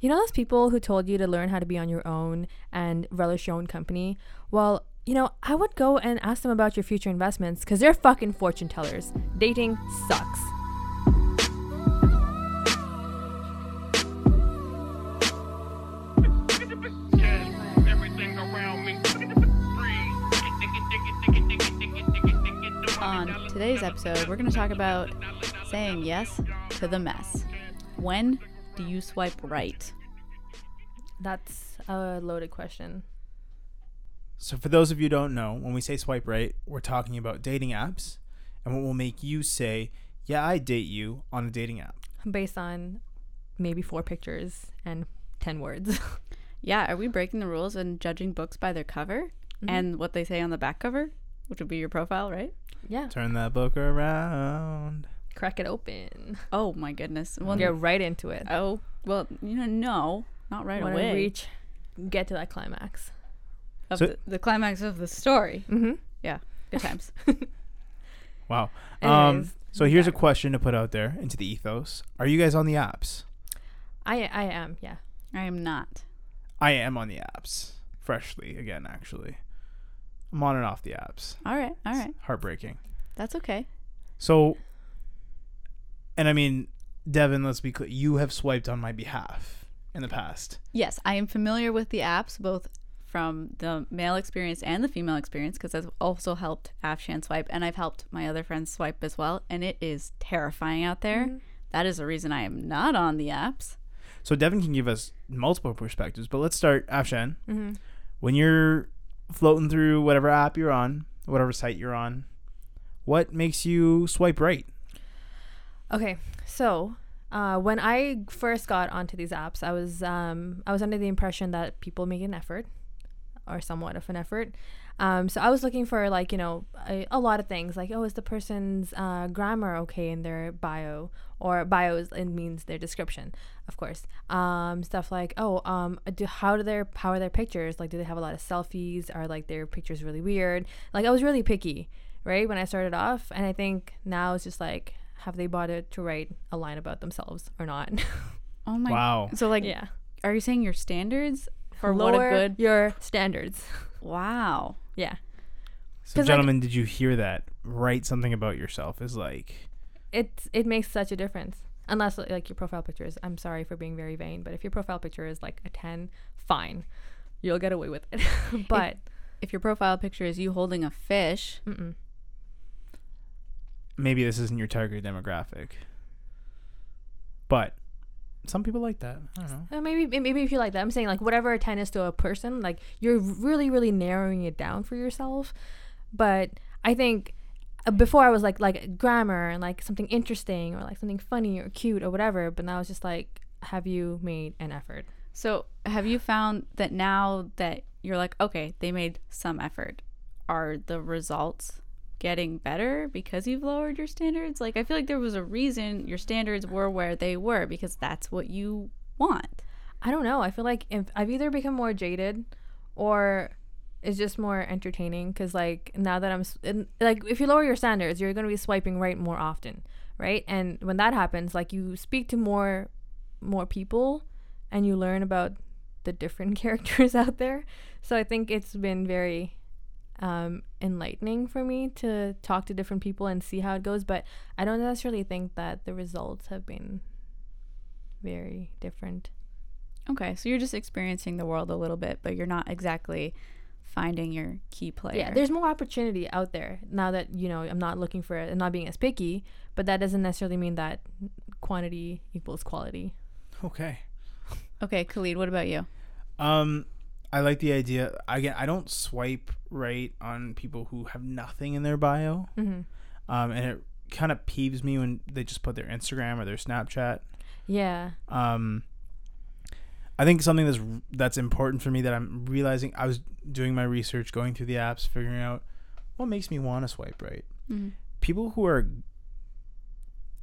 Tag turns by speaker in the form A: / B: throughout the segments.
A: You know those people who told you to learn how to be on your own and relish your own company? Well, you know, I would go and ask them about your future investments because they're fucking fortune tellers. Dating sucks.
B: Everything around me.
C: On today's episode, we're going to talk about saying yes to the mess. When do you swipe right?
A: That's a loaded question.
D: So, for those of you who don't know, when we say swipe right, we're talking about dating apps and what will make you say, Yeah, I date you on a dating app.
A: Based on maybe four pictures and 10 words.
C: Yeah, are we breaking the rules and judging books by their cover and what they say on the back cover, which would be your profile, right?
A: yeah.
D: Turn that book around.
A: Crack it open.
C: Oh my goodness. Well,
A: Get right into it.
C: oh, well, you know, no, not right
A: Wanna
C: away.
A: reach, get to that climax.
C: of
D: So-
C: the, the climax of the story.
A: Mm-hmm.
C: Yeah, good times.
D: Wow. Um,
A: Anyways,
D: so, here's a question to put out there into the ethos Are you guys on the apps?
A: I, I am, yeah.
C: I am not.
D: I am on the apps. Freshly, again, actually. I'm on and off the apps.
C: All right, all right.
D: Heartbreaking.
C: That's okay.
D: So, and I mean, Devin, let's be clear. You have swiped on my behalf in the past.
C: Yes, I am familiar with the apps, both from the male experience and the female experience, because I've also helped Afshan swipe, and I've helped my other friends swipe as well. And it is terrifying out there.
A: Mm-hmm.
C: That is the reason I am not on the apps.
D: So Devin can give us multiple perspectives, but let's start Afshan.
A: Mm-hmm.
D: When you're floating through whatever app you're on, whatever site you're on, what makes you swipe right?
A: Okay, so uh, when I first got onto these apps, I was um, I was under the impression that people make an effort, or somewhat of an effort. Um, so I was looking for like you know a, a lot of things like oh is the person's uh, grammar okay in their bio or bio is, it means their description of course um, stuff like oh um, do how do their how are their pictures like do they have a lot of selfies are like their pictures really weird like I was really picky right when I started off and I think now it's just like have they bothered to write a line about themselves or not
C: Oh my!
D: Wow.
C: So like,
A: yeah
C: are you saying your standards for
A: Lower
C: what a good?
A: your standards
C: Wow.
A: yeah
D: So
A: 'Cause, like-
D: gentlemen, did you hear that? Write something about yourself is like
A: it's it makes such a difference unless like your profile picture is i'm sorry for being very vain but if your profile picture is like a 10 fine you'll get away with it but
C: If your profile picture is you holding a fish,
D: maybe this isn't your target demographic. But some people like that. I don't know.
A: uh, maybe maybe if you like that i'm saying like whatever a 10 is to a person like you're really really narrowing it down for yourself but i think uh, before i was like like grammar and like something interesting or like something funny or cute or whatever but now it's just like have you made an effort
C: So, have you found that now that you're like, okay, they made some effort, are the results getting better because you've lowered your standards? Like, I feel like there was a reason your standards were where they were because that's what you want.
A: I don't know. I feel like if I've either become more jaded or it's just more entertaining because, like, now that I'm s- in, like, if you lower your standards, you're going to be swiping right more often, right? And when that happens, like, you speak to more more people and you learn about the different characters out there. So I think it's been very um, enlightening for me to talk to different people and see how it goes. But I don't necessarily think that the results have been very different.
C: Okay, so you're just experiencing the world a little bit, but you're not exactly finding your key player.
A: Yeah, there's more opportunity out there now that you know I'm not looking for it and not being as picky, but that doesn't necessarily mean that quantity equals quality.
D: Okay.
C: okay, Khalid, what about you?
D: Um, I like the idea. Again, I don't swipe right on people who have nothing in their bio, um, and it kind of peeves me when they just put their Instagram or their Snapchat.
A: Yeah,
D: Um, I think something that's that's important for me that I'm realizing I was doing my research, going through the apps, figuring out what makes me want to swipe right.
C: Mm-hmm.
D: People who are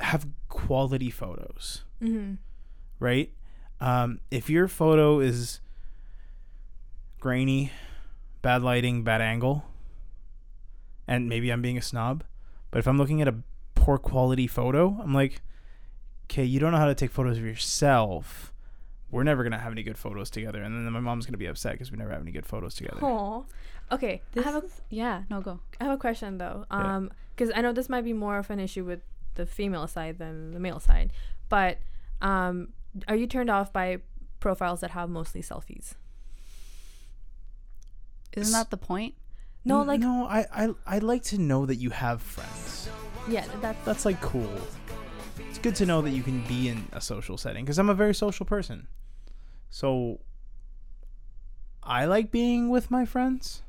D: have quality photos,
A: Mm-hmm.
D: right? Um, if your photo is grainy, bad lighting, bad angle, and maybe I'm being a snob, but if I'm looking at a poor quality photo, I'm like, okay, you don't know how to take photos of yourself. we're never gonna have any good photos together, and then my mom's gonna be upset because we never have any good photos together.
A: Aw. Okay,
C: This
A: I have a
C: is- yeah, no, go.
A: I have a question though,
D: Yeah.
A: Um 'cause because I know this might be more of an issue with the female side than the male side, but um, are you turned off by profiles that have mostly selfies?
C: Isn't that the point?
A: No,
D: N-
A: like
D: no, I, I I like to know that you have friends.
A: yeah, that's
D: That's like cool. It's good to know that you can be in a social setting because I'm a very social person. So I like being with my friends,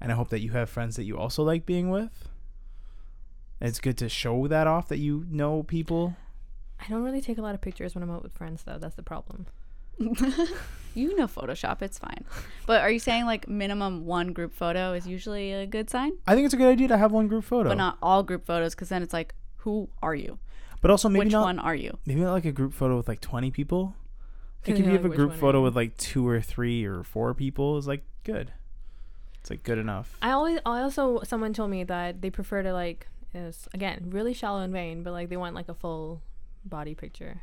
D: and I hope that you have friends that you also like being with. It's good to show that off that you know people.
A: I don't really take a lot of pictures when I'm out with friends though. That's the problem.
C: You know Photoshop, it's fine. But are you saying like minimum one group photo is usually a good sign?
D: I think it's a good idea to have one group photo,
C: But not all group photos because then it's like, who are you?
D: But also maybe
C: Which
D: not
C: one are you?
D: maybe not like a group photo with like 20 people. I think if
A: Yeah,
D: you have a
A: like, which
D: group
A: one are
D: photo
A: you?
D: with like two or three or four people is like good. It's like good enough.
A: I always, I also, someone told me that they prefer to like, is again really shallow and vain, but like they want like a full body picture,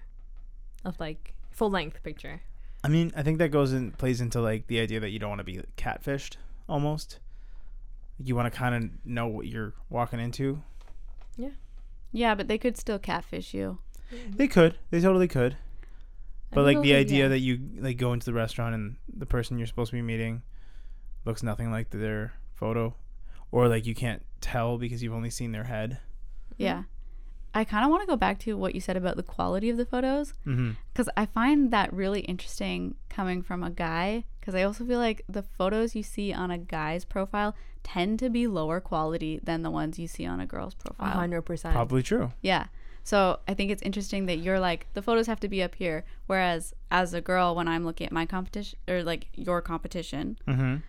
A: of like full length picture.
D: I mean, I think that goes and in, plays into like the idea that you don't want to be catfished almost. You want to kind of know what you're walking into.
C: Yeah, but they could still catfish you.
D: They could. They totally could.
A: I
D: But
A: Mm-hmm. think
D: like
A: it'll
D: the
A: be-
D: idea
A: yeah.
D: that you like go into the restaurant and the person you're supposed to be meeting looks nothing like their photo or like you can't tell because you've only seen their head. Mm-hmm.
C: Yeah. I kind of want to go back to what you said about the quality of the photos
D: Mhm.
C: because I find that really interesting coming from a guy because I also feel like the photos you see on a guy's profile tend to be lower quality than the ones you see on a girl's
A: a
C: profile.
A: hundred percent.
D: Probably true.
C: Yeah. So I think it's interesting that you're like the photos have to be up here, whereas as a girl, when I'm looking at my competition or like your competition,
D: Mhm.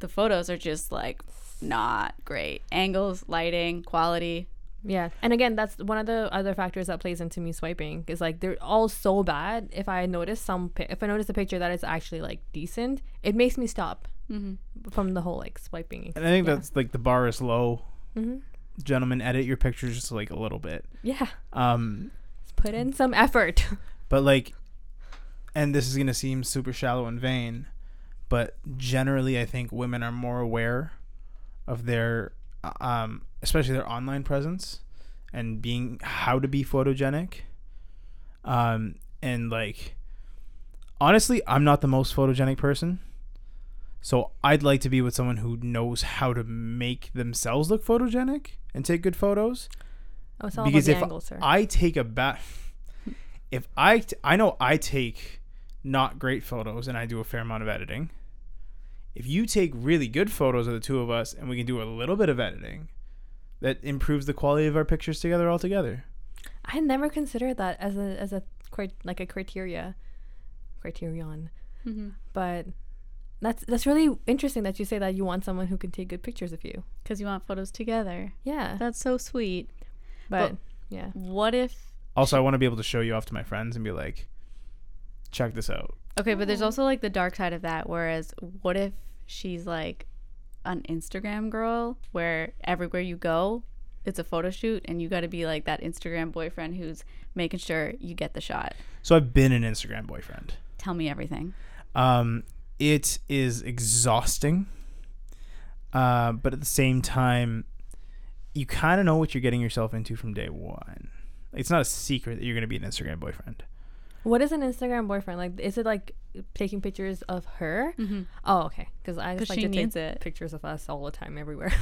C: the photos are just like not great angles, lighting, quality.
A: Yeah, and again, that's one of the other factors that plays into me swiping is like they're all so bad. If I notice some, pi- if I notice a picture that is actually like decent, it makes me stop from the whole like swiping.
D: And I think that's like the bar is low.
A: Mm-hmm.
D: Gentlemen, edit your pictures just like a little bit.
A: Yeah,
D: Um,
A: put in some effort.
D: but like, and this is gonna seem super shallow and vain, but generally, I think women are more aware of their, uh, um, especially their online presence, and being how to be photogenic. Um, and like, honestly, I'm not the most photogenic person. So I'd like to be with someone who knows how to make themselves look photogenic and take good photos
A: Oh, it's all
D: because
A: about
D: if
A: the angle, sir.
D: I take a bat, if I t- I know I take not great photos and I do a fair amount of editing. If you take really good photos of the two of us and we can do a little bit of editing, that improves the quality of our pictures together altogether.
A: I never considered that as a as a cri- like a criteria, criterion.
C: Mm-hmm.
A: But that's that's really interesting that you say that you want someone who can take good pictures of you.
C: Because you want photos together.
A: Yeah,
C: That's so sweet.
A: but
C: but-
A: yeah,
C: What if
D: Also, I want to be able to show you off to my friends and be like, check this out.
C: Okay, but there's also like the dark side of that. Whereas, what if she's like an Instagram girl where everywhere you go, it's a photo shoot and you got to be like that Instagram boyfriend who's making sure you get the shot.
D: So I've been an Instagram boyfriend.
C: Tell me everything.
D: Um, it is exhausting, uh, but at the same time, you kind of know what you're getting yourself into from day one. It's not a secret that you're going to be an Instagram boyfriend.
A: What is an Instagram boyfriend like? Is it like taking pictures of her? Oh, okay. Because I
C: Mm-hmm. 'Cause
A: just like
C: she
A: to
C: needs
A: take
C: it.
A: pictures of us all the time, everywhere.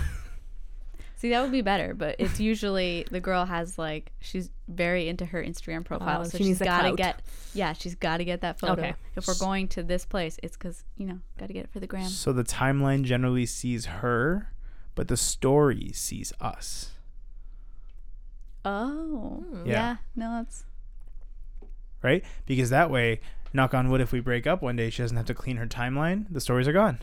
C: See, that would be better, but it's usually the girl has like she's very into her Instagram profile,
A: Oh,
C: so
A: she
C: she's
A: needs the
C: got to
A: clout.
C: get yeah, she's got to get that photo.
A: Okay.
C: If we're going to this place, it's because you know got to get it for the gram.
D: So the timeline generally sees her, but the story sees us.
C: Oh,
D: Yeah.
A: Hmm.
C: yeah. No, that's
D: right? Because that way, knock on wood, if we break up one day, she doesn't have to clean her timeline. The stories are gone.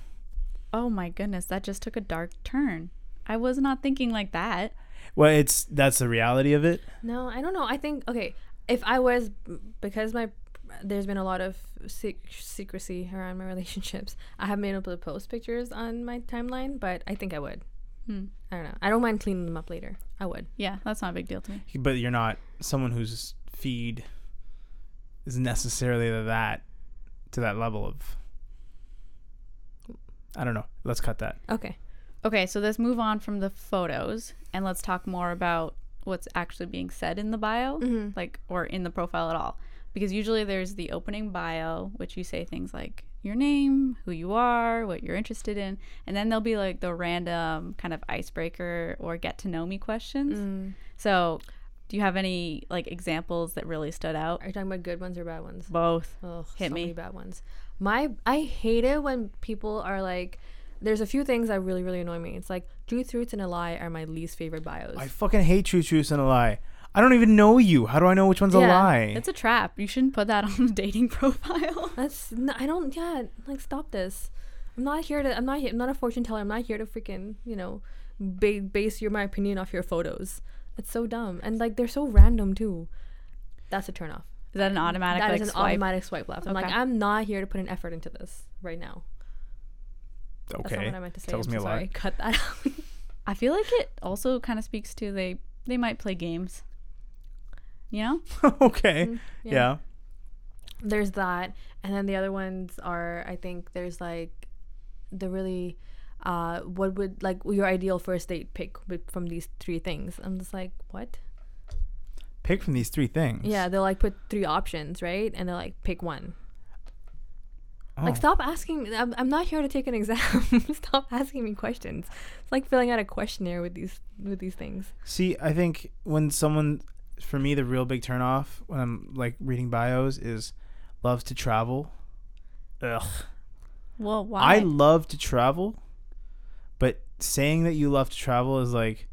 C: Oh my goodness, that just took a dark turn. I was not thinking like that.
D: Well, it's that's the reality of it.
A: no, I don't know. I think okay. If I was because my there's been a lot of sec- secrecy around my relationships. I haven't been able to post pictures on my timeline, but I think I would.
C: Hmm.
A: I don't know. I don't mind cleaning them up later. I would.
C: Yeah, that's not a big deal to me.
D: But you're not someone whose feed is necessarily that to that level of I don't know. Let's cut that.
A: Okay.
C: Okay, so let's move on from the photos and let's talk more about what's actually being said in the bio, like, or in the profile at all. Because usually there's the opening bio, which you say things like your name, who you are, what you're interested in, and then there'll be like the random kind of icebreaker or get to know me questions. So, do you have any like examples that really stood out?
A: Are you talking about good ones or bad ones?
C: Both.
A: Oh,
C: Hit
A: so many
C: me.
A: bad ones. My I hate it when people are like. There's a few things that really really annoy me. It's like truth, roots, and a lie are my least favorite bios.
D: I fucking hate true truths and a lie. I don't even know you. How do I know which one's a
A: Yeah,
D: lie?
C: It's a trap. You shouldn't put that on a dating profile.
A: That's n I don't. Yeah, like stop this. I'm not here to. I'm not. he- I'm not a fortune teller. I'm not here to freaking. You know, ba- base your my opinion off your photos. It's so dumb and like they're so random too. That's a turnoff.
C: Is that an automatic
A: That is
C: like
A: an
C: swipe?
A: automatic swipe left. I'm like,
C: Okay.
A: I'm not here to put an effort into this right now.
D: okay.
A: That's not what I meant to say.
D: Tells
A: I'm
D: me
A: so
D: a lot.
A: sorry. Cut that out.
C: I feel like it also kind of speaks to they they might play games. You know?
D: okay.
A: Mm, yeah.
D: yeah.
A: there's that and then the other ones are i think there's like the really uh what would like your ideal first date pick with, from these three things i'm just like what
D: Pick from these three things.
A: yeah they'll like put three options right and they'll like pick one
D: Oh.
A: like stop asking me I'm, I'm not here to take an exam stop asking me questions it's like filling out a questionnaire with these with these things
D: See, I think when someone, for me, the real big turnoff when I'm like reading bios is loves to travel. Ugh.
C: Well, why?
D: I love to travel, but saying that you love to travel is like,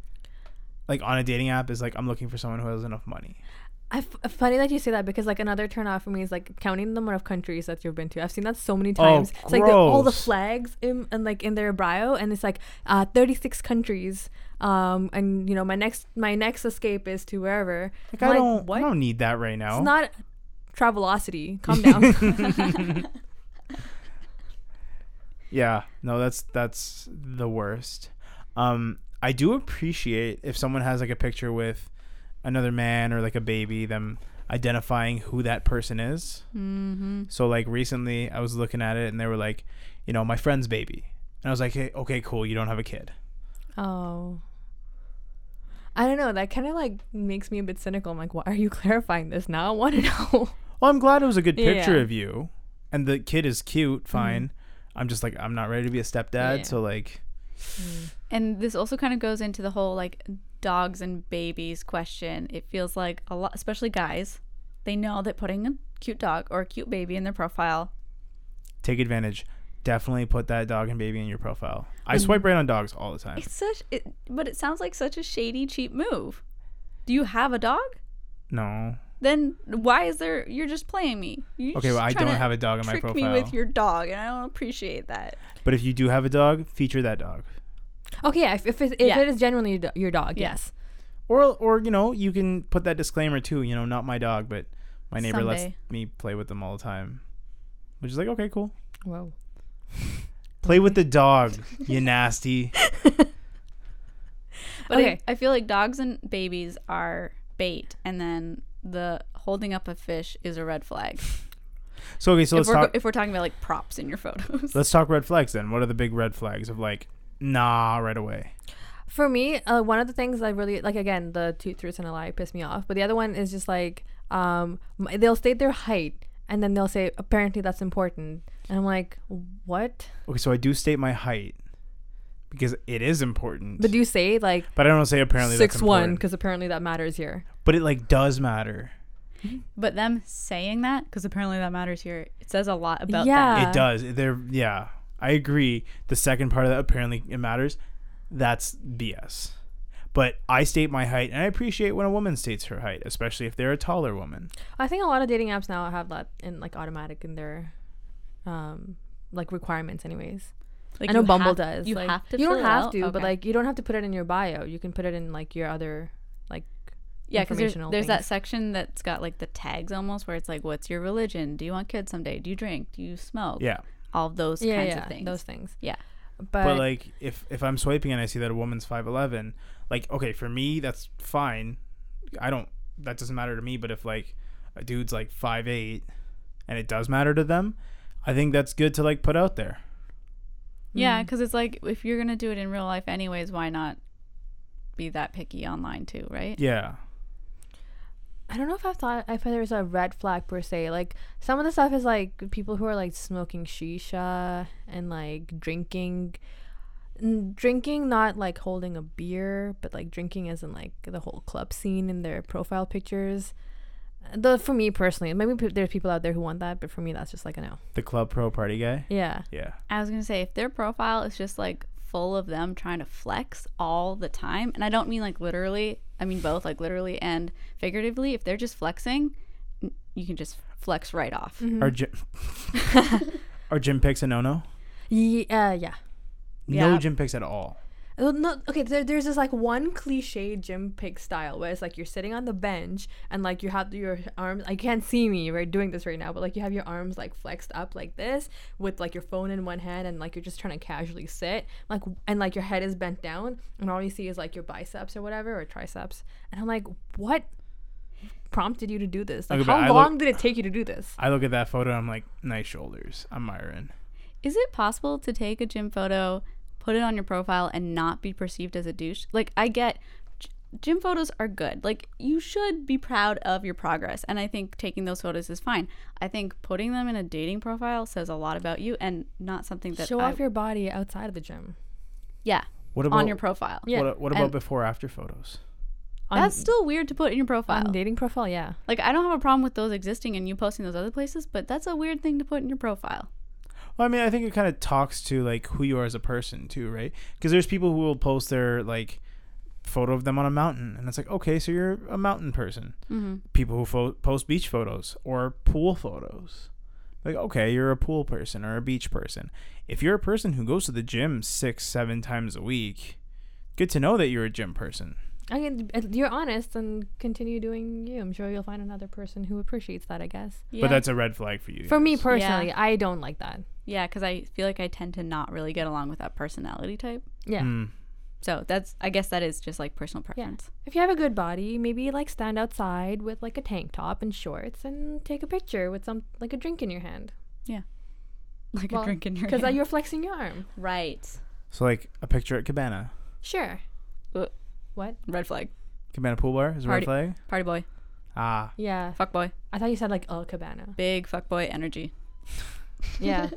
D: like on a dating app is like I'm looking for someone who has enough money.
A: I f- funny that you say that because like another turn off for me is like counting the number of countries that you've been to. I've seen that so many times. it's like the, all the
D: Oh, gross.
A: flags in and like in their bio, and it's like uh, thirty six countries. Um, and you know my next my next escape is to wherever.
D: Like,
A: I'm
D: I don't,
A: What?
D: I don't need that right now.
A: It's not Travelocity. Calm down.
D: Yeah, no, that's that's the worst. Um, I do appreciate if someone has like a picture with another man or like a baby, them identifying who that person is.
C: mm-hmm.
D: So like recently, I was looking at it and they were like, you know, my friend's baby, and I was like, hey, okay, cool, you don't have a kid.
A: oh. I don't know. That kind of like makes me a bit cynical. I'm like, why are you clarifying this now? I want to know.
D: Well, I'm glad it was a good picture
C: Yeah. Mm-hmm.
D: of you, and the kid is cute, fine. I'm just like, I'm not ready to be a stepdad,
A: Yeah.
D: so like,
C: And this also kind of goes into the whole like dogs and babies question. It feels like a lot, especially guys, they know that putting a cute dog or a cute baby in their profile.
D: take advantage. Definitely put that dog and baby in your profile. I swipe right on dogs all the time.
C: Mm-hmm. It's such, it, but it sounds like such a shady, cheap move. Do you have a dog?
D: No.
C: Then why is there? You're just playing me. You're
D: Okay, well,
C: just
D: I
C: trying
D: don't
C: to
D: have a dog in my
C: trick
D: profile.
C: me with your dog, and I don't appreciate that.
D: But if you do have a dog, feature that dog.
A: Okay, yeah. If if, it, if
C: Yeah.
A: it is genuinely your do- your dog,
C: Yeah.
A: yes.
D: Or or you know, you can put that disclaimer too, you know, not my dog, but my neighbor lets
C: Someday.
D: me play with them all the time. Which is like, okay, cool.
A: Whoa.
D: Play with the dog, you nasty.
C: But I-
A: Okay.
C: I, feel like dogs and babies are bait, and then the holding up a fish is a red flag.
D: So okay, so
C: if
D: let's
C: we're
D: talk
C: go- if we're talking about like props in your photos,
D: let's talk red flags then. What are the big red flags of like, nah, right away?
A: For me, uh, one of the things I really like again the two truths and a lie piss me off, but the other one is just like um, m- they'll state their height and then they'll say apparently that's important, and I'm like, what?
D: Okay, so I do state my height because it is important.
A: But do you say like
D: but I don't say apparently that's
A: six one
D: important.
A: because apparently that matters here?
D: But it like does matter.
C: but them saying that because apparently that matters here, it says a lot about
A: Yeah.
C: them.
A: Uh,
D: It does. There, yeah, I agree. The second part of that apparently it matters. That's BS. But I state my height, and I appreciate when a woman states her height, especially if they're a taller woman.
A: I think a lot of dating apps now have that in like automatic in their um, like requirements, anyways.
C: Like
A: I know
C: you
A: Bumble
C: have-
A: does.
C: You
A: like,
C: have to.
A: You don't
C: fill it
A: have
C: out?
A: to, but
C: Okay.
A: like you don't have to put it in your bio. You can put it in like your other like
C: yeah, because there's,
A: informational
C: there's that
A: things.
C: section that's got like the tags almost where it's like, what's your religion? Do you want kids someday? Do you drink? Do you smoke?
D: Yeah,
C: all of those
A: yeah,
C: kinds
A: yeah,
C: of things.
A: those things.
C: Yeah.
A: but,
D: but like if if I'm swiping and I see that a woman's five eleven, like okay, for me that's fine. I don't. That doesn't matter to me. But if like a dude's like five eight, and it does matter to them, I think that's good to like put out there.
C: Yeah, because it's like if you're gonna do it in real life anyways, why not be that picky online too, right?
D: Yeah.
A: I don't know if I've thought if there's a red flag per se. Like some of the stuff is like people who are like smoking shisha and like drinking, n- drinking not like holding a beer, but like drinking as in like the whole club scene in their profile pictures. Though for me personally, maybe p- there's people out there who want that, but for me that's just like a no.
D: The club pro party guy.
A: Yeah,
D: Yeah.
C: I was gonna say if their profile is just like full of them trying to flex all the time, and I don't mean like literally, I mean both like literally and figuratively. If they're just flexing, n- you can just flex right off.
D: Are gym Are gym pics a no no?
A: Ye- uh, yeah.
D: No
C: Yeah.
D: gym pics at all.
A: Well, no, okay. There, there's this like one cliche gym pig style where it's like you're sitting on the bench and like you have your arms. I can't see me right doing this right now, but like you have your arms like flexed up like this with like your phone in one hand and like you're just trying to casually sit like and like your head is bent down and all you see is like your biceps or whatever or triceps. And I'm like, what prompted you to do this? Like,
D: Okay, but I
A: how
D: look-
A: long did it take you to do this?
D: I look at that photo. I'm like, nice shoulders. I'm Myron.
C: Is it possible to take a gym photo, put it on your profile, and not be perceived as a douche? Like, I get g- gym photos are good. Like, you should be proud of your progress. And I think taking those photos is fine. I think putting them in a dating profile says a lot about you and not something that.
A: Show
C: I-
A: off your body outside of the gym.
C: Yeah.
D: What about
C: On your profile.
A: Yeah.
D: What, what about
C: And-
D: before after photos?
A: On,
C: That's still weird to put in your
A: on
C: profile.
A: dating profile, yeah.
C: Like, I don't have a problem with those existing and you posting those other places, but that's a weird thing to put in your profile.
D: Well, I mean, I think it kind of talks to like who you are as a person too, right? Because there's people who will post their like photo of them on a mountain, and it's like, okay, so you're a mountain person.
A: Mm-hmm.
D: People who fo- post beach photos or pool photos, like, okay, you're a pool person or a beach person. If you're a person who goes to the gym six, seven times a week, good to know that you're a gym person.
A: I mean, if you're honest and continue doing you. I'm sure you'll find another person who appreciates that, I guess.
C: Yeah.
D: But that's a red flag for you.
A: For me
D: guys.
A: personally, I don't like that.
C: Yeah, because I feel like I tend to not really get along with that personality type.
A: Yeah.
D: Mm.
C: So that's I guess that is just like personal preference.
A: If you have a good body, maybe like stand outside with like a tank top and shorts and take a picture with some like a drink in your hand.
C: Like
A: Well,
C: a drink in your
A: Because
C: hand.
A: you're flexing your arm.
C: right.
D: so like a picture at Cabana,
A: Sure.
C: Uh.
A: What?
C: Red flag.
D: Cabana Pool Bar is a
C: Party-
D: red flag.
C: Party boy.
D: Ah,
A: Yeah.
C: Fuck boy.
A: I thought you said like El Cabana.
C: Big fuck boy energy.
A: Yeah.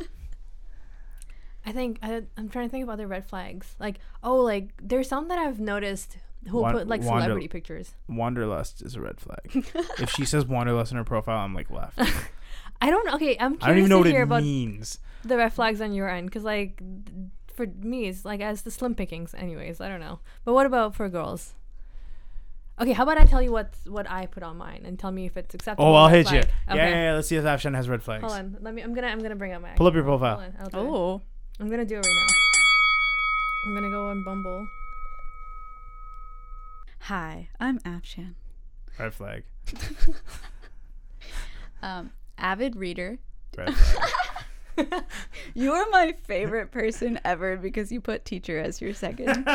A: I think I, I'm trying to think of other red flags. Like, oh, like there's some that I've noticed who will
D: Wan-
A: put like
D: Wanda-
A: celebrity pictures.
D: wanderlust is a red flag. if she says wanderlust in her profile, I'm like left.
A: I don't. Okay, I'm curious
D: I don't even know
A: to
D: what
A: hear
D: it
A: about
D: means.
A: the red flags on your end because like th- for me it's like as the slim pickings anyways i don't know but what about for girls okay how about i tell you what's what i put on mine and tell me if it's acceptable
D: Oh, I'll
A: red
D: hit you.
A: flag.
D: Yeah, yeah, yeah, let's see if Afshan has red flags.
A: hold on let me i'm gonna i'm gonna bring up my
D: Pull up your
A: account.
D: profile.
A: Hold on, I'll do it.
C: Oh.
A: i'm gonna do it right now i'm gonna go on bumble
C: Hi, I'm Afshan.
D: Red flag.
C: Um, avid reader.
D: Red flag.
C: You're my favorite person ever because you put teacher as your second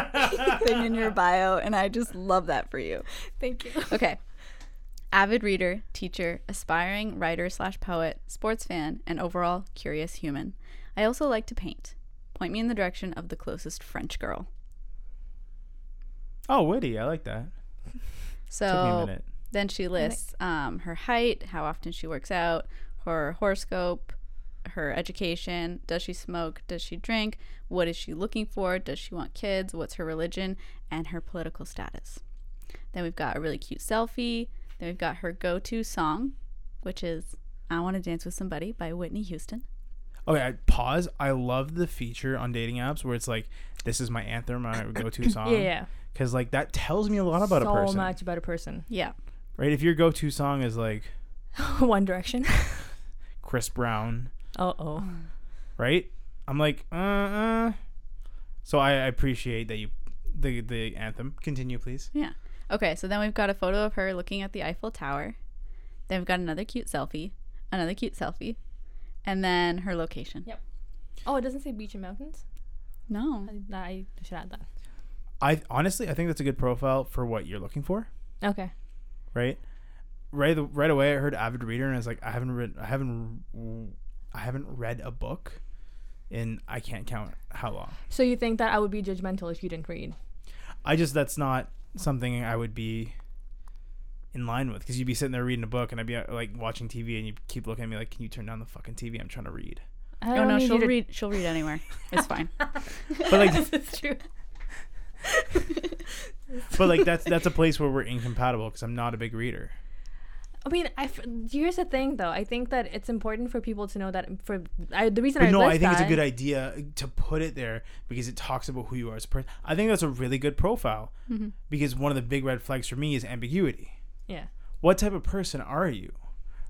C: thing in your bio, and I just love that for you.
A: thank you
C: Okay. Avid reader, teacher, aspiring writer slash poet, sports fan, and overall curious human. I also like to paint. Point me in the direction of the closest French girl.
D: oh, witty. I like that. Took me a
C: So
D: minute.
C: then she lists um, her height, how often she works out, her horoscope, her education, does she smoke, does she drink, what is she looking for, does she want kids, what's her religion, and her political status. Then we've got a really cute selfie. Then we've got her go to song, which is I Want to Dance with Somebody by Whitney Houston.
D: Okay, I pause. I love the feature on dating apps where it's like, this is my anthem, my go-to song.
A: yeah yeah
D: Because like that tells me a lot Um, about
A: so
D: a person,
A: much about a person
C: Yeah.
D: right? If your go-to song is like
A: one direction
D: Chris Brown,
A: uh-oh
D: right? I'm like, uh, uh. So I, I appreciate that you, the the anthem. Continue, please.
C: Yeah. Okay, so then we've got a photo of her looking at the Eiffel Tower. Then we've got another cute selfie, another cute selfie, and then her location.
A: Yep. oh it doesn't say beach and mountains
C: No.
A: i, I should add that
D: I honestly, I think that's a good profile for what you're looking for,
A: okay
D: right? Right, right away, I heard avid reader, and I was like, I haven't read, I haven't, I haven't read a book in I can't count how long.
A: So you think that I would be judgmental if you didn't read?
D: I just that's not something I would be in line with because you'd be sitting there reading a book and I'd be uh, like watching TV and you keep looking at me like, can you turn down the fucking TV? I'm trying to read.
A: I
C: Oh no,
A: need you
C: she'll
A: to-
C: read. She'll read anywhere. It's fine.
D: But like,
A: this is true.
D: but like that's that's a place where we're incompatible because I'm not a big reader.
A: I mean, I f- here's the thing though. I think that it's important for people to know that for I, the reason I
D: But no,
A: list
D: I think it's a
A: that-
D: good idea to put it there because it talks about who you are as a person. I think that's a really good profile because one of the big red flags for me is ambiguity.
A: Yeah.
D: What type of person are you?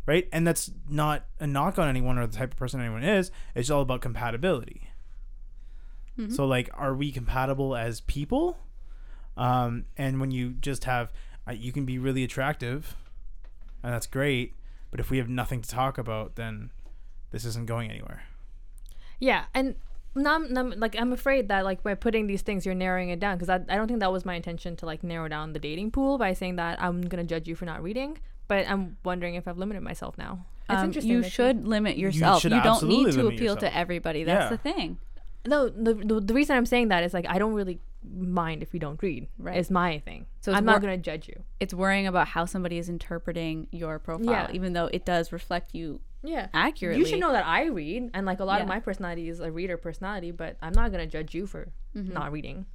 D: Right? And that's not a knock on anyone or the type of person anyone is. It's all about compatibility.
C: Mm-hmm.
D: So like are we compatible as people? Um, and when you just have uh, you can be really attractive and that's great, but if we have nothing to talk about then this isn't going anywhere.
A: Yeah, and num, num, like I'm afraid that like by putting these things, you're narrowing it down because I, I don't think that was my intention to like narrow down the dating pool by saying that I'm gonna judge you for not reading. But I'm wondering if I've limited myself now. It's
C: Um,
A: interesting.
C: you
A: that
C: should limit yourself. You,
D: should
C: don't need
D: absolutely
C: to
D: limit
C: appeal
D: yourself.
C: to everybody. That's
D: Yeah.
C: the thing.
A: No, the, the the reason I'm saying that is like I don't really mind if you don't read. Right. Is my thing. So
C: So it's
A: I'm
C: more-
A: not gonna judge you.
C: It's worrying about how somebody is interpreting your profile,
A: Yeah.
C: even though it does reflect you
A: Yeah.
C: accurately.
A: You should know that I read, and like a lot of
C: Yeah.
A: my personality is a reader personality, but I'm not gonna judge you for
C: Mm-hmm.
A: not reading.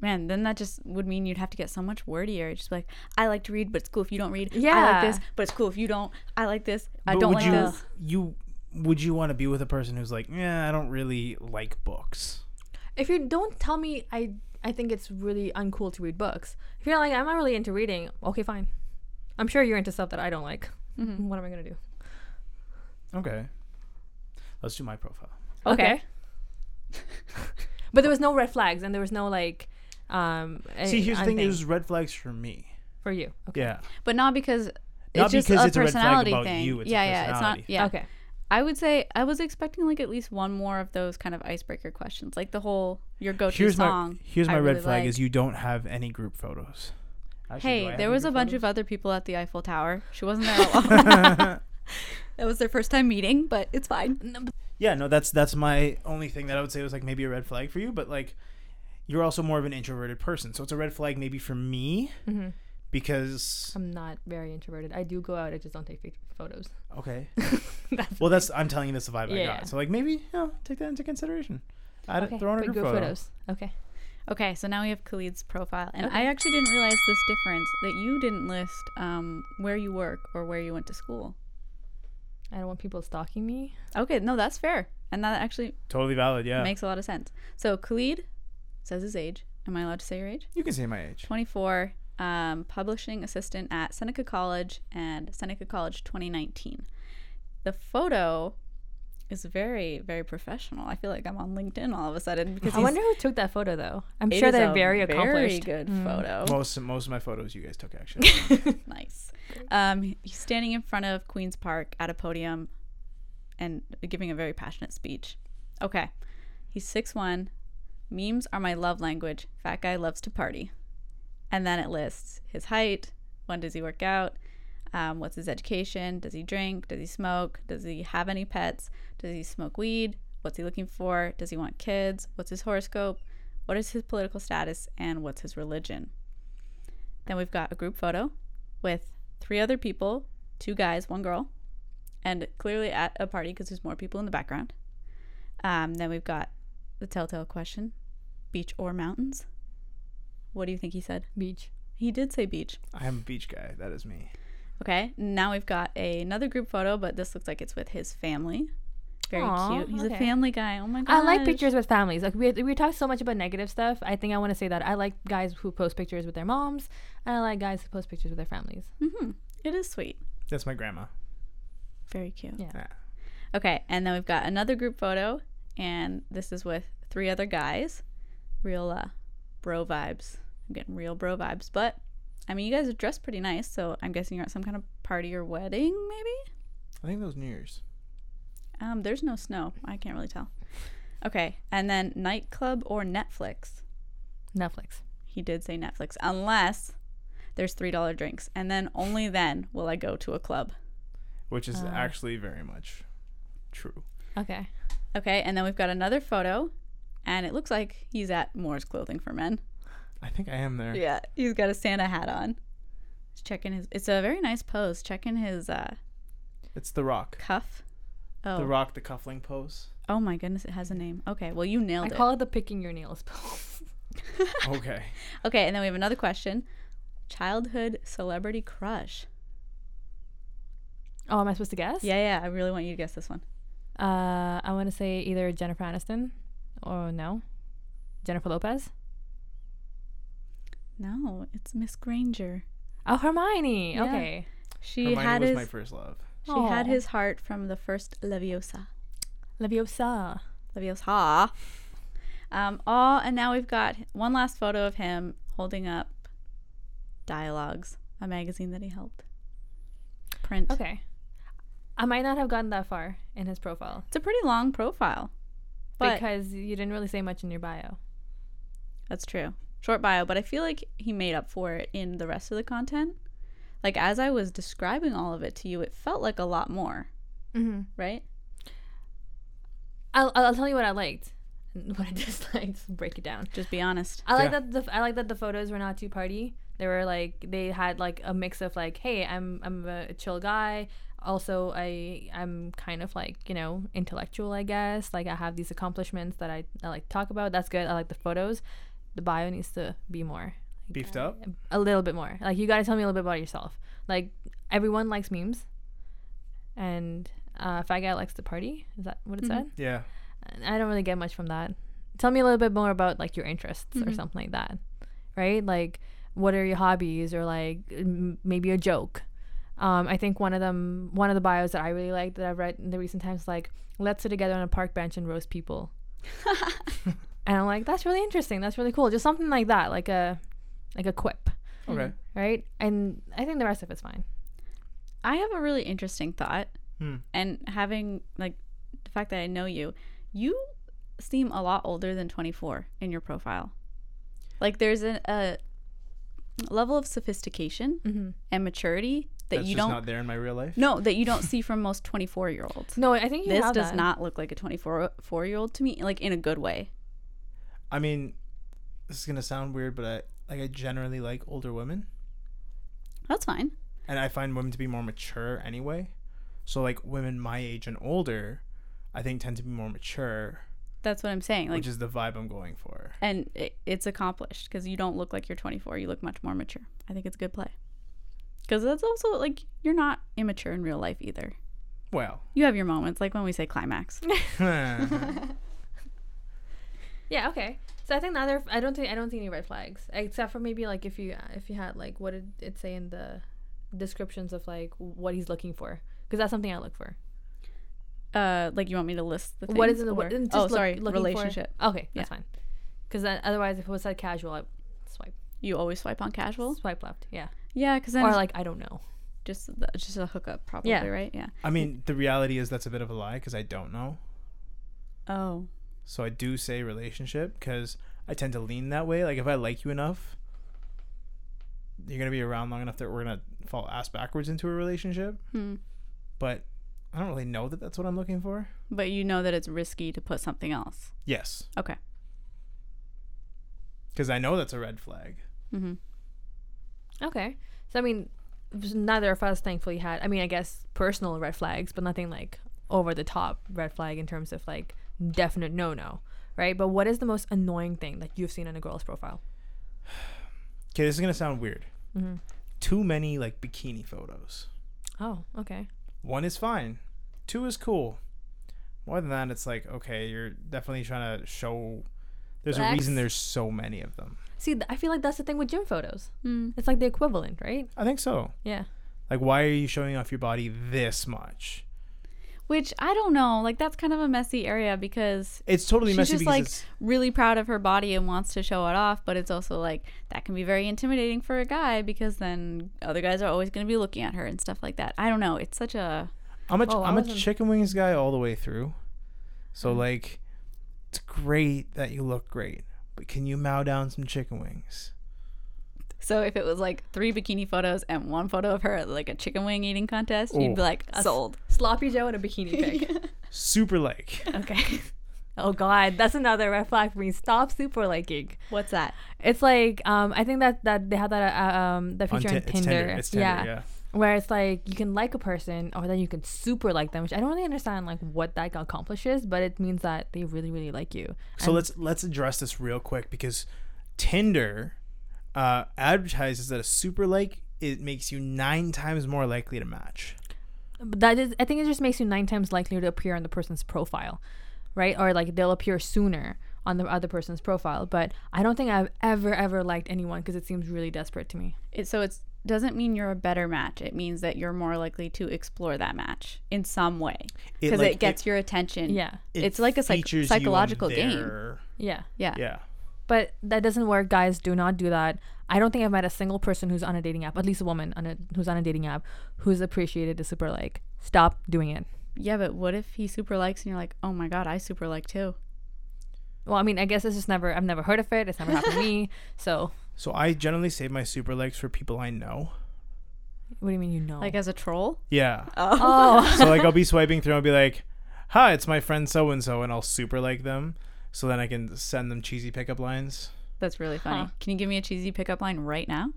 C: Man, then that just would mean you'd have to get so much wordier. Just like, I like to read, but it's cool if you don't read. I
A: Yeah.
C: like this, but it's cool if you don't. I like this. I
D: But
C: don't
D: would
C: like
D: you,
C: this.
D: You would you want to be with a person who's like, yeah, I don't really like books.
A: if you don't tell me i i think it's really uncool to read books if you're like i'm not really into reading okay fine i'm sure you're into stuff that i don't like
C: Mm-hmm.
A: what am i gonna do
D: Okay, let's do my profile.
C: Okay.
A: but there was no red flags and there was no like um a-
D: See, here's the thing:
A: unthing
D: there's red flags for me.
A: for you okay
D: Yeah,
C: But not because.
D: Not
C: it's just
D: because
C: a
D: it's a red flag
C: personality
D: about
C: thing.
D: you, it's a
C: yeah, yeah. It's not.
D: personality.
C: Yeah.
A: okay
C: I would say I was expecting like at least one more of those kind of icebreaker questions, like the whole your go-to
D: here's
C: song.
D: my here's
C: I
D: my
C: really
D: red flag:
C: like.
D: is you don't have any group photos. Actually, do I
C: Hey,
D: have
C: there
D: any
C: was a
D: group
C: bunch
D: photos?
C: of other people at the Eiffel Tower. She wasn't there alone. that was their first time meeting, but it's fine.
D: Yeah, no, that's that's my only thing that I would say was like maybe a red flag for you, but like you're also more of an introverted person, so it's a red flag maybe for me
C: Mm-hmm.
D: because
C: Um,
A: i'm not very introverted i do go out i just don't take pic- photos
D: okay,
A: that's
D: well that's I'm telling you that's the vibe I
A: Yeah.
D: got. So like maybe you know, take that into consideration. I'd
A: okay
D: throw in a
A: but
D: group photo.
A: okay
C: Okay, so now we have Khalid's profile, and I actually didn't realize this difference that you didn't list um, where you work or where you went to school.
A: i don't want people stalking me
C: Okay, no, that's fair, and that actually
D: Totally valid. Yeah,
C: makes a lot of sense. So Khalid says his age. Am I allowed to say your age?
D: you can say my
C: Oh.
D: age.
C: 24, um, publishing assistant at Seneca College and Seneca College 2019. The photo is very, very professional. I feel like I'm on LinkedIn all of a sudden because
A: i
C: he's-
A: wonder who took that photo though i'm
C: it
A: sure
C: is
A: they're
C: a
A: very accomplished Mm.
C: Very good photo.
D: Most most of my photos you guys took actually.
C: Nice. Um, he's standing in front of Queen's Park at a podium and giving a very passionate speech. Okay. He's 6'1. Memes are my love language. Fat guy loves to party. And then it lists his height. When does he work out? Um, what's his education? Does he drink? Does he smoke? Does he have any pets? Does he smoke weed? What's he looking for? Does he want kids? What's his horoscope? What is his political status? And what's his religion? Then we've got a group photo with three other people, two guys, one girl, and clearly at a party because there's more people in the background. Um, then we've got the telltale question beach or mountains? What do you think he said?
A: beach
C: He did say beach.
D: I am a beach guy. That is me.
C: Okay, now we've got a, another group photo, but this looks like it's with his family. Very
A: Aw,
C: cute. He's a
A: okay.
C: family guy. Oh my god.
A: I like pictures with families. Like we we talk so much about negative stuff. I think I want to say that I like guys who post pictures with their moms, and I like guys who post pictures with their families.
C: It is sweet.
D: That's my grandma.
C: Very cute.
A: Yeah.
D: Yeah.
C: Okay, and then we've got another group photo, and this is with three other guys. Real uh, bro vibes. I'm getting real bro vibes, but I mean, you guys are dressed pretty nice, so I'm guessing you're at some kind of party or wedding, maybe?
D: I think that was New Year's.
C: Um, there's no snow. I can't really tell. Okay, and then nightclub or Netflix.
A: Netflix.
C: He did say Netflix, unless there's $3 drinks, and then only then will I go to a club.
D: Which is actually very much true.
A: Okay.
C: Okay, and then we've got another photo, and it looks like he's at Moore's Clothing for Men.
D: I think I am there.
C: Yeah, he's got a Santa hat on. He's checking his. It's a very nice pose. Checking his uh,
D: It's The Rock.
C: cuff. Oh,
D: The Rock, the cuffling pose.
C: oh my goodness, it has a name. Okay, well you nailed
A: I
C: it.
A: call it the picking your nails pose.
D: Okay.
C: okay, and then we have another question: childhood celebrity crush.
A: oh, am I supposed to guess?
C: Yeah, yeah. I really want you to guess this one.
A: Uh, I want to say either Jennifer Aniston or no, Jennifer Lopez.
C: No, it's Miss Granger.
A: Oh, Hermione.
C: Yeah.
A: Okay.
C: She
D: Hermione
C: had
D: was
C: his
D: my first love.
C: she had
A: Aw.
C: his heart from the first Leviosa.
A: Leviosa.
C: Leviosa. Um, oh, and now we've got one last photo of him holding up Dialogues, a magazine that he helped print.
A: Okay. I might not have gotten that far in his profile
C: It's a pretty long profile, but
A: because you didn't really say much in your bio.
C: that's true. Short bio, but I feel like he made up for it in the rest of the content. Like, as I was describing all of it to you, it felt like a lot more,
A: Mm-hmm.
C: right?
A: I'll, I'll tell you what I liked, and what I disliked. Break it down.
C: Just be honest.
A: I like
D: Yeah.
A: that the I like that the photos were not too party. They were like they had like a mix of like, hey, I'm I'm a chill guy. Also, I I'm kind of like you know intellectual, I guess. Like I have these accomplishments that I, I like to talk about. That's good. I like the photos. The bio needs to be more,
D: Beefed up.
A: a little bit more. Like you got to tell me a little bit about yourself. Like everyone likes memes, and uh, fat guy likes to party. Is that what it said?
D: Yeah.
A: and I don't really get much from that. Tell me a little bit more about like your interests or something like that, right? Like, what are your hobbies or like m- maybe a joke. Um, I think one of them, one of the bios that I really liked that I've read in the recent times, like, let's sit together on a park bench and roast people. and I'm like, that's really interesting. That's really cool. Just something like that, like a, like a quip,
C: Hmm.
D: Okay.
A: right? And I think the rest of it's fine.
C: I have a really interesting thought.
D: Hmm.
C: And having like the fact that I know you, you seem a lot older than 24 in your profile. Like there's a, a level of sophistication
A: Mm-hmm.
C: and maturity that
D: That's
C: you
D: just
C: don't
D: not there in my real life.
C: no that you don't see from most 24 year olds.
A: No, I think you
C: This
A: have
C: does
A: that.
C: not look like a 24 four year old to me, like in a good way.
D: I mean, this is gonna sound weird, but I like I generally like older women,
C: That's fine.
D: and I find women to be more mature anyway. So like women my age and older, I think tend to be more mature,
C: That's what I'm saying. Like
D: which is the vibe I'm going for.
C: and it, it's accomplished because you don't look like you're 24 you look much more mature i think it's a good play because that's also like you're not immature in real life either
D: Well,
C: you have your moments like when we say climax
A: Yeah. Okay. So I think the other, I don't think I don't see any red flags except for maybe like if you if you had like what did it say in the descriptions of like what he's looking for because that's something I look for.
C: uh like you want me to list the things
A: what is in the what,
C: or-
A: just
C: oh
A: look-
C: sorry
A: looking for-
C: relationship
A: Okay, that's
C: Yeah.
A: fine. Because otherwise, if it was said casual, I swipe
C: you always swipe on casual
A: swipe left. Yeah.
C: yeah because then
A: Or
C: it's
A: like I don't know.
C: just the- just a hookup probably
A: Yeah.
C: right yeah
D: I mean, the reality is that's a bit of a lie because I don't know.
C: oh
D: So I do say relationship because I tend to lean that way. Like if I like you enough, you're gonna be around long enough that we're gonna fall ass backwards into a relationship.
C: hmm.
D: But I don't really know that that's what I'm looking for.
C: but you know that it's risky to put something else
D: Yes,
C: okay
D: because I know that's a red flag.
C: mm-hmm.
A: Okay. So I mean, there's neither of us thankfully had. I mean, I guess personal red flags, but nothing like over the top red flag in terms of like definite no no, right? But what is the most annoying thing that you've seen on a girl's profile?
D: Okay, this is gonna sound weird.
A: Mhm.
D: Too many like bikini photos.
A: Oh, okay.
D: One is fine. Two is cool. More than that, it's like okay, you're definitely trying to show. There's a reason
A: Flex.
D: there's so many of them.
A: See, th- I feel like that's the thing with gym photos.
C: mm.
A: It's like the equivalent, right?
D: I think so.
A: Hmm. Yeah.
D: Like, why are you showing off your body this much?
C: which i don't know like that's kind of a messy area because
D: It's totally
C: She's
D: messy
C: just
D: because
C: like
D: it's,
C: really proud of her body and wants to show it off, but it's also like that can be very intimidating for a guy because then other guys are always going to be looking at her and stuff like that. I don't know. It's such a
D: I'm a
A: Oh, I
D: am a
A: wasn't-
D: chicken wings guy all the way through. So
C: Mm-hmm.
D: like, it's great that you look great, but can you mow down some chicken wings?
C: so if it was like three bikini photos and one photo of her at like a chicken wing eating contest,
D: Oh.
C: you'd be like sold.
A: Sloppy Joe in a bikini pic.
D: super like.
C: Okay.
A: Oh God, that's another red flag for me. Stop super liking.
C: What's that?
A: It's like um, I think that that they have that uh, um, that
D: on
A: feature on,
D: Ti- it's
A: Tinder.
D: It's Tinder, yeah.
A: where it's like you can like a person or then you can super like them, which I don't really understand like what that accomplishes, but it means that they really really like you.
D: So let's let's address this real quick because Tinder uh, advertises that a super like it makes you nine times more likely to match.
A: But that is, I think it just makes you nine times likelier to appear on the person's profile, right? Or like they'll appear sooner on the other person's profile. But I don't think I've ever ever liked anyone because it seems really desperate to me.
C: It, so it's doesn't mean you're a better match. It means that you're more likely to explore that match in some way
D: It,
C: because it,
D: like,
C: gets your attention.
A: Yeah,
C: it's like a psych-
D: features you in
C: psychological game.
D: their-
A: yeah.
C: Yeah.
D: Yeah.
A: But that doesn't work, guys. Do not do that. I don't think I've met a single person who's on a dating app, at least a woman on a, who's on a dating app, who's appreciated a super like. Stop doing it.
C: Yeah, but what if he super likes and you're like, oh my god, I super like too.
A: Well, I mean, I guess it's just never. I've never heard of it. It's never happened to me. So,
D: So I generally save my super likes for people I know.
A: what do you mean you know?
C: Like as a troll.
D: Yeah.
A: oh,
D: so like I'll be swiping through and I'll be like, "Hi, it's my friend so and so," and I'll super like them, so then I can send them cheesy pickup lines.
C: That's really funny.
A: Huh.
C: Can you give me a cheesy pickup line right now?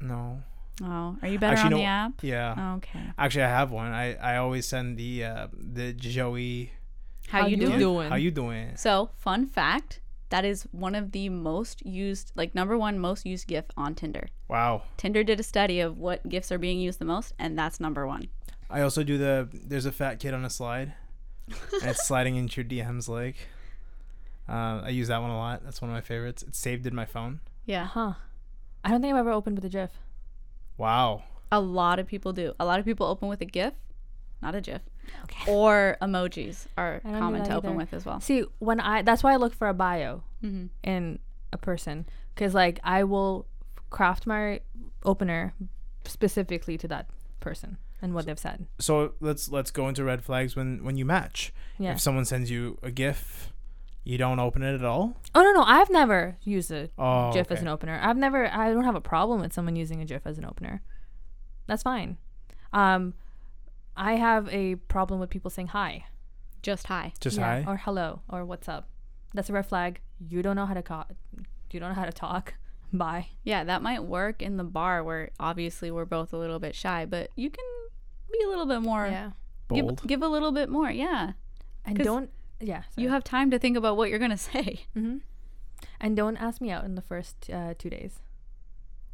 D: No,
C: Oh, are you better
D: Actually,
C: on
D: no-
C: the app? Oh.
D: yeah.
C: Okay.
D: Actually, I have one. I I always send the uh, the Joey.
C: How,
A: How
C: you
A: you
C: doing?
A: doing?
D: How you doing?
C: So, fun fact, that is one of the most used, like number one most used GIF on Tinder.
D: Wow.
C: Tinder did a study of what GIFs are being used the most, and that's number one.
D: I also do the. There's a fat kid on a slide, and it's sliding into your DMs like. Uh, I use that one a lot. That's one of my favorites. It's saved in my phone.
C: Yeah.
A: huh? I don't think I've ever opened with a GIF.
D: Wow.
C: A lot of people do. A lot of people open with a GIF, not a GIF, or emojis are
A: I don't do
C: common
A: that
C: to open
A: either.
C: with as well.
A: See, when I that's why I look for a bio in a person because like I will craft my opener specifically to that person and what they've said.
D: So let's let's go into red flags when when you match.
A: Yeah.
D: If someone sends you a GIF, you don't open it at all.
A: Oh no, no, I've never used a
D: Oh,
A: GIF as
D: okay.
A: an opener. I've never. I don't have a problem with someone using a GIF as an opener. That's fine. Um, I have a problem with people saying hi,
C: Just hi.
D: Just
A: Yeah,
D: hi.
A: or hello, or what's up. That's a red flag. You don't know how to co- You don't know how to talk. Bye.
C: Yeah, that might work in the bar where obviously we're both a little bit shy, but you can be a little bit more
D: Bold.
C: Give, give a little bit more. Yeah.
A: And
C: 'Cause
A: don't. Yeah. sorry.
C: You have time to think about what you're going to say.
A: And don't ask me out in the first uh, two days.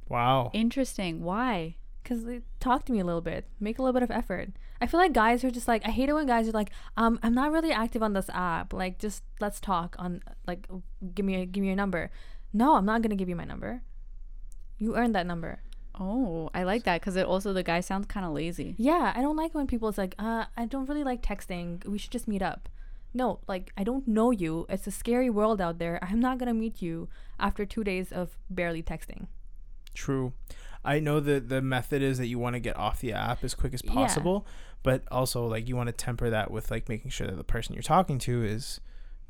D: wow.
C: Interesting. Why?
A: Because talk to me a little bit. Make a little bit of effort. I feel like guys are just like, I hate it when guys are like, um, I'm not really active on this app. Like, just let's talk on, like, give me, a, give me your number. No, I'm not going to give you my number. You earned that number.
C: Oh, I like that because it also the guy sounds kind of lazy.
A: Yeah, I don't like when people is like, uh, I don't really like texting. We should just meet up. No, like, I don't know you. It's a scary world out there. I'm not going to meet you after two days of barely texting.
D: True. I know that the method is that you want to get off the app as quick as possible, but also like you want to temper that with like making sure that the person you're talking to is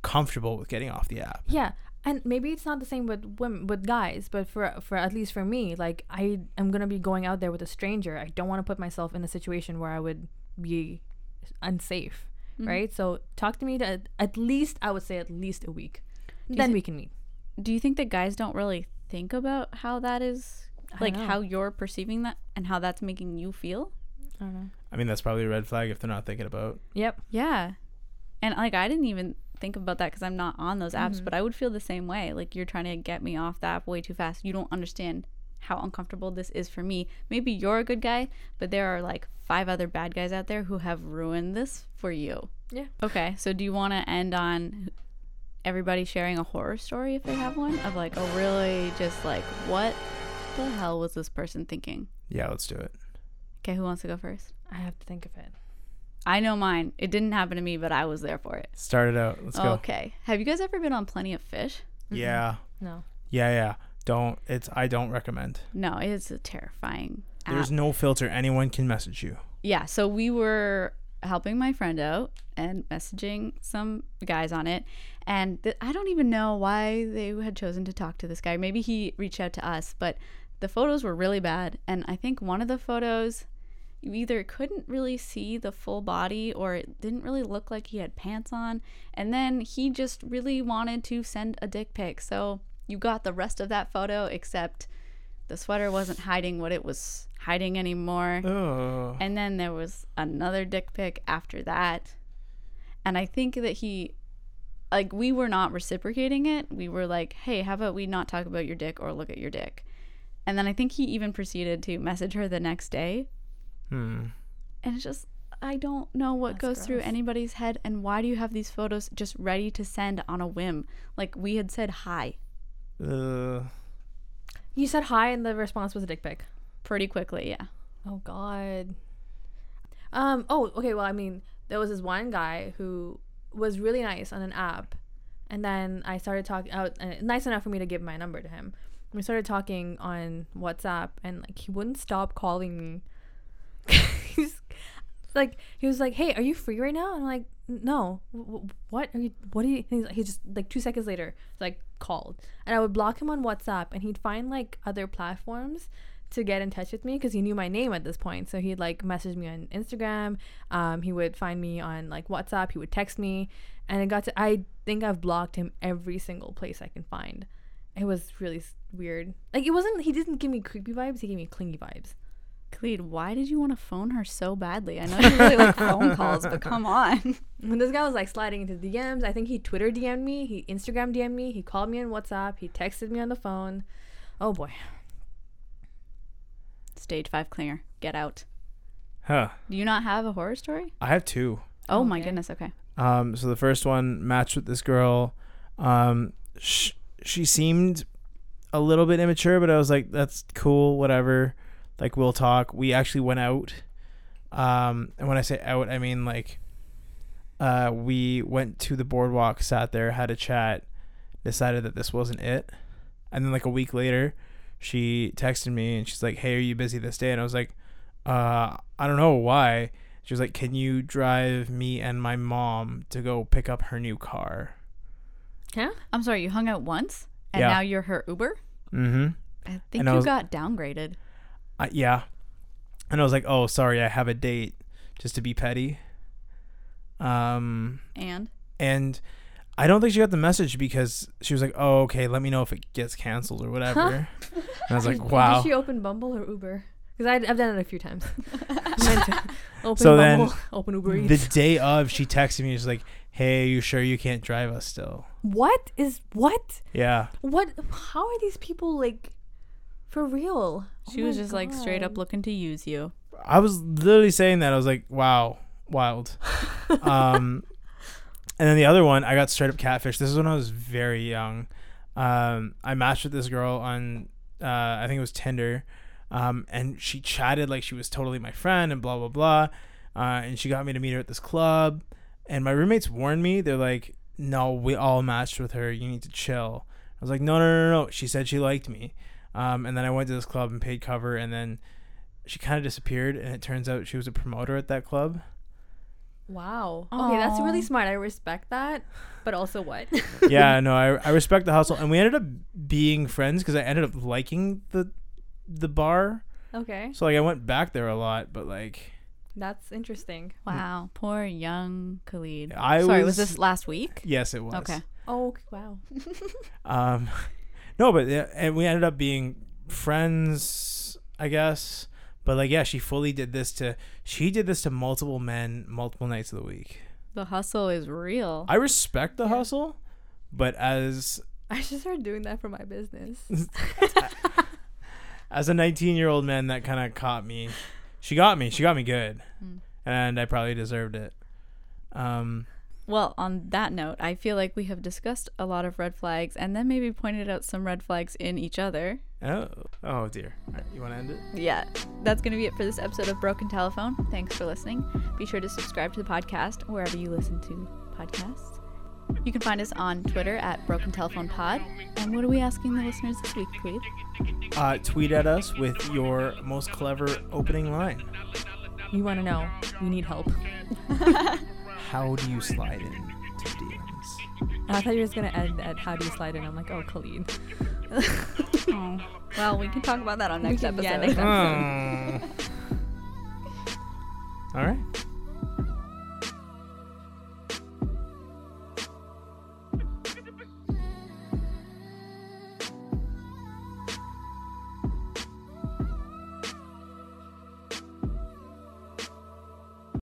D: comfortable with getting off the app.
A: Yeah, and maybe it's not the same with women, with guys, but for for at least for me, like I am gonna be going out there with a stranger. I don't want to put myself in a situation where I would be unsafe, right? So talk to me to at least I would say at least a week, then we can meet.
C: Do you think that guys don't really think about how that is, like
A: know.
C: how you're perceiving that and how that's making you feel?
A: I don't know.
D: I mean, that's probably a red flag if they're not thinking about.
A: Yep.
C: Yeah. And like I didn't even think about that because I'm not on those apps, but I would feel the same way. Like you're trying to get me off the app way too fast. You don't understand how uncomfortable this is for me. Maybe you're a good guy, but there are like five other bad guys out there who have ruined this for you.
A: Yeah.
C: Okay. So do you want to end on everybody sharing a horror story if they have one of like, oh, really? Just like, what the hell was this person thinking?
D: Yeah, let's do it.
C: Okay. Who wants to go first?
A: I have to think of it.
C: I know mine. It didn't happen to me, but I was there for it.
D: Start it out. Let's go.
C: Okay. Have you guys ever been on Plenty of Fish?
D: Yeah.
A: Mm-hmm. No.
D: Yeah, yeah. Don't. It's I don't recommend.
C: No, it's a terrifying app.
D: There's no filter. Anyone can message you.
C: yeah, so we were helping my friend out and messaging some guys on it. And th- I don't even know why they had chosen to talk to this guy. Maybe he reached out to us, but the photos were really bad. And I think one of the photos, you either couldn't really see the full body or it didn't really look like he had pants on. And then he just really wanted to send a dick pic. So you got the rest of that photo, except the sweater wasn't hiding what it was hiding anymore.
D: Oh.
C: And then there was another dick pic after that. And I think that he, like, we were not reciprocating it. We were like, hey, how about we not talk about your dick or look at your dick? And then I think he even proceeded to message her the next day.
D: Hmm.
C: And it's just, I don't know what goes
A: That's
C: through
A: gross.
C: anybody's head. And why do you have these photos just ready to send on a whim? Like, we had said hi
D: Uh,
A: You said hi, and the response was a dick pic.
C: pretty quickly. Yeah.
A: Oh God. Um. Oh. Okay. Well, I mean, there was this one guy who was really nice on an app, and then I started talking out. Uh, nice enough for me to give my number to him. We started talking on WhatsApp, and like he wouldn't stop calling me. He's like he was like, "Hey, are you free right now?" And I'm like, "No. W- w- what are you? What are you?" And he's like, he just like two seconds later, like called, and I would block him on WhatsApp, and he'd find like other platforms to get in touch with me because he knew my name at this point. So he'd like message me on Instagram. Um, he would find me on like WhatsApp. He would text me, and it got to. I think I've blocked him every single place I can find. It was really s- weird. Like it wasn't. He didn't give me creepy vibes. He gave me clingy vibes.
C: Khalid, why did you want to phone her so badly? I know you really like phone calls, but come on.
A: When this guy was like sliding into DMs, I think he Twitter DM'd me. He Instagram DM'd me. He called me on WhatsApp. He texted me on the phone. Oh boy.
C: Stage five clinger, get out.
D: huh.
C: Do you not have a horror story?
D: I have two.
C: Oh my
A: Okay.
C: goodness. Okay.
D: Um, so the first one matched with this girl. Um, sh- she seemed a little bit immature, but I was like, that's cool, whatever. Like, we'll talk. We actually went out. Um, and when I say out, I mean like, uh, we went to the boardwalk, sat there, had a chat, decided that this wasn't it. And then, like, a week later, she texted me and she's like, hey, are you busy this day? And I was like, uh, I don't know why. She was like, "Can you drive me and my mom to go pick up her new car?"
C: I'm sorry, you hung out once and
D: Yeah.
C: now you're her Uber?
D: Mm-hmm.
C: I think
D: And I
C: you
D: was-
C: got downgraded.
D: I, yeah. And I was like, "Oh, sorry, I have a date," just to be petty. Um,
C: And
D: and I don't think she got the message because she was like, "Oh, okay, let me know if it gets canceled or whatever." and I was like, "Wow."
A: Did she open Bumble or Uber? Because I've done it a few times. Meant to open
D: So then,
A: Bumble, open Uber Eats.
D: The day of, she texted me. She's like, "Hey, you sure you can't drive us still?"
A: what is what?
D: Yeah.
A: What? How are these people like, for real?
C: she
A: Oh
C: was
A: my
C: just like straight up
A: God.
C: looking to use you.
D: I was literally saying that. I was like, wow, wild. um, and then the other one, I got straight up catfish. This is when I was very young. Um, I matched with this girl on, uh, I think it was Tinder. Um, and she chatted like she was totally my friend and blah, blah, blah. Uh, and she got me to meet her at this club. And my roommates warned me. They're like, no, we all matched with her. You need to chill. I was like, no, no, no, no. no. She said she liked me. Um, and then I went to this club and paid cover. And then she kind of disappeared and it turns out she was a promoter at that club
A: Wow. Okay, that's
C: Aw.
A: really smart. I respect that, but also what?
D: yeah no I, I respect the hustle and we ended up being friends because i ended up liking the the bar
A: okay,
D: so like i went back there a lot but like
A: that's interesting.
C: Wow. Mm. Poor young Khalid.
D: I
C: sorry,
D: was-
C: was, this last week?
D: yes it was
C: Okay.
A: Oh c- wow.
D: um no but yeah, and we ended up being friends i guess but like yeah she fully did this to she did this to multiple men multiple nights of the week
C: The hustle is real.
D: i respect the hustle but as
A: I should start doing that for my business.
D: as a 19 year old man that kind of caught me she got me she got me good and i probably deserved it um
C: Well, on that note, I feel like we have discussed a lot of red flags and then maybe pointed out some red flags in each other.
D: oh oh dear All right, you want to end it
C: yeah, that's going to be it for this episode of Broken Telephone. Thanks for listening. Be sure to subscribe to the podcast wherever you listen to podcasts. You can find us on Twitter at Broken Telephone Pod. And what are we asking the listeners this week, Queen?
D: uh tweet at us with your most clever opening line
A: You want to know? We need help.
D: how do you slide in to dms
A: I thought you were just gonna end at how do you slide in? I'm like, oh, Khalid.
C: Oh, Well, we can talk about that on next
A: can-
C: episode.
A: yeah, next episode.
D: Hmm. All right.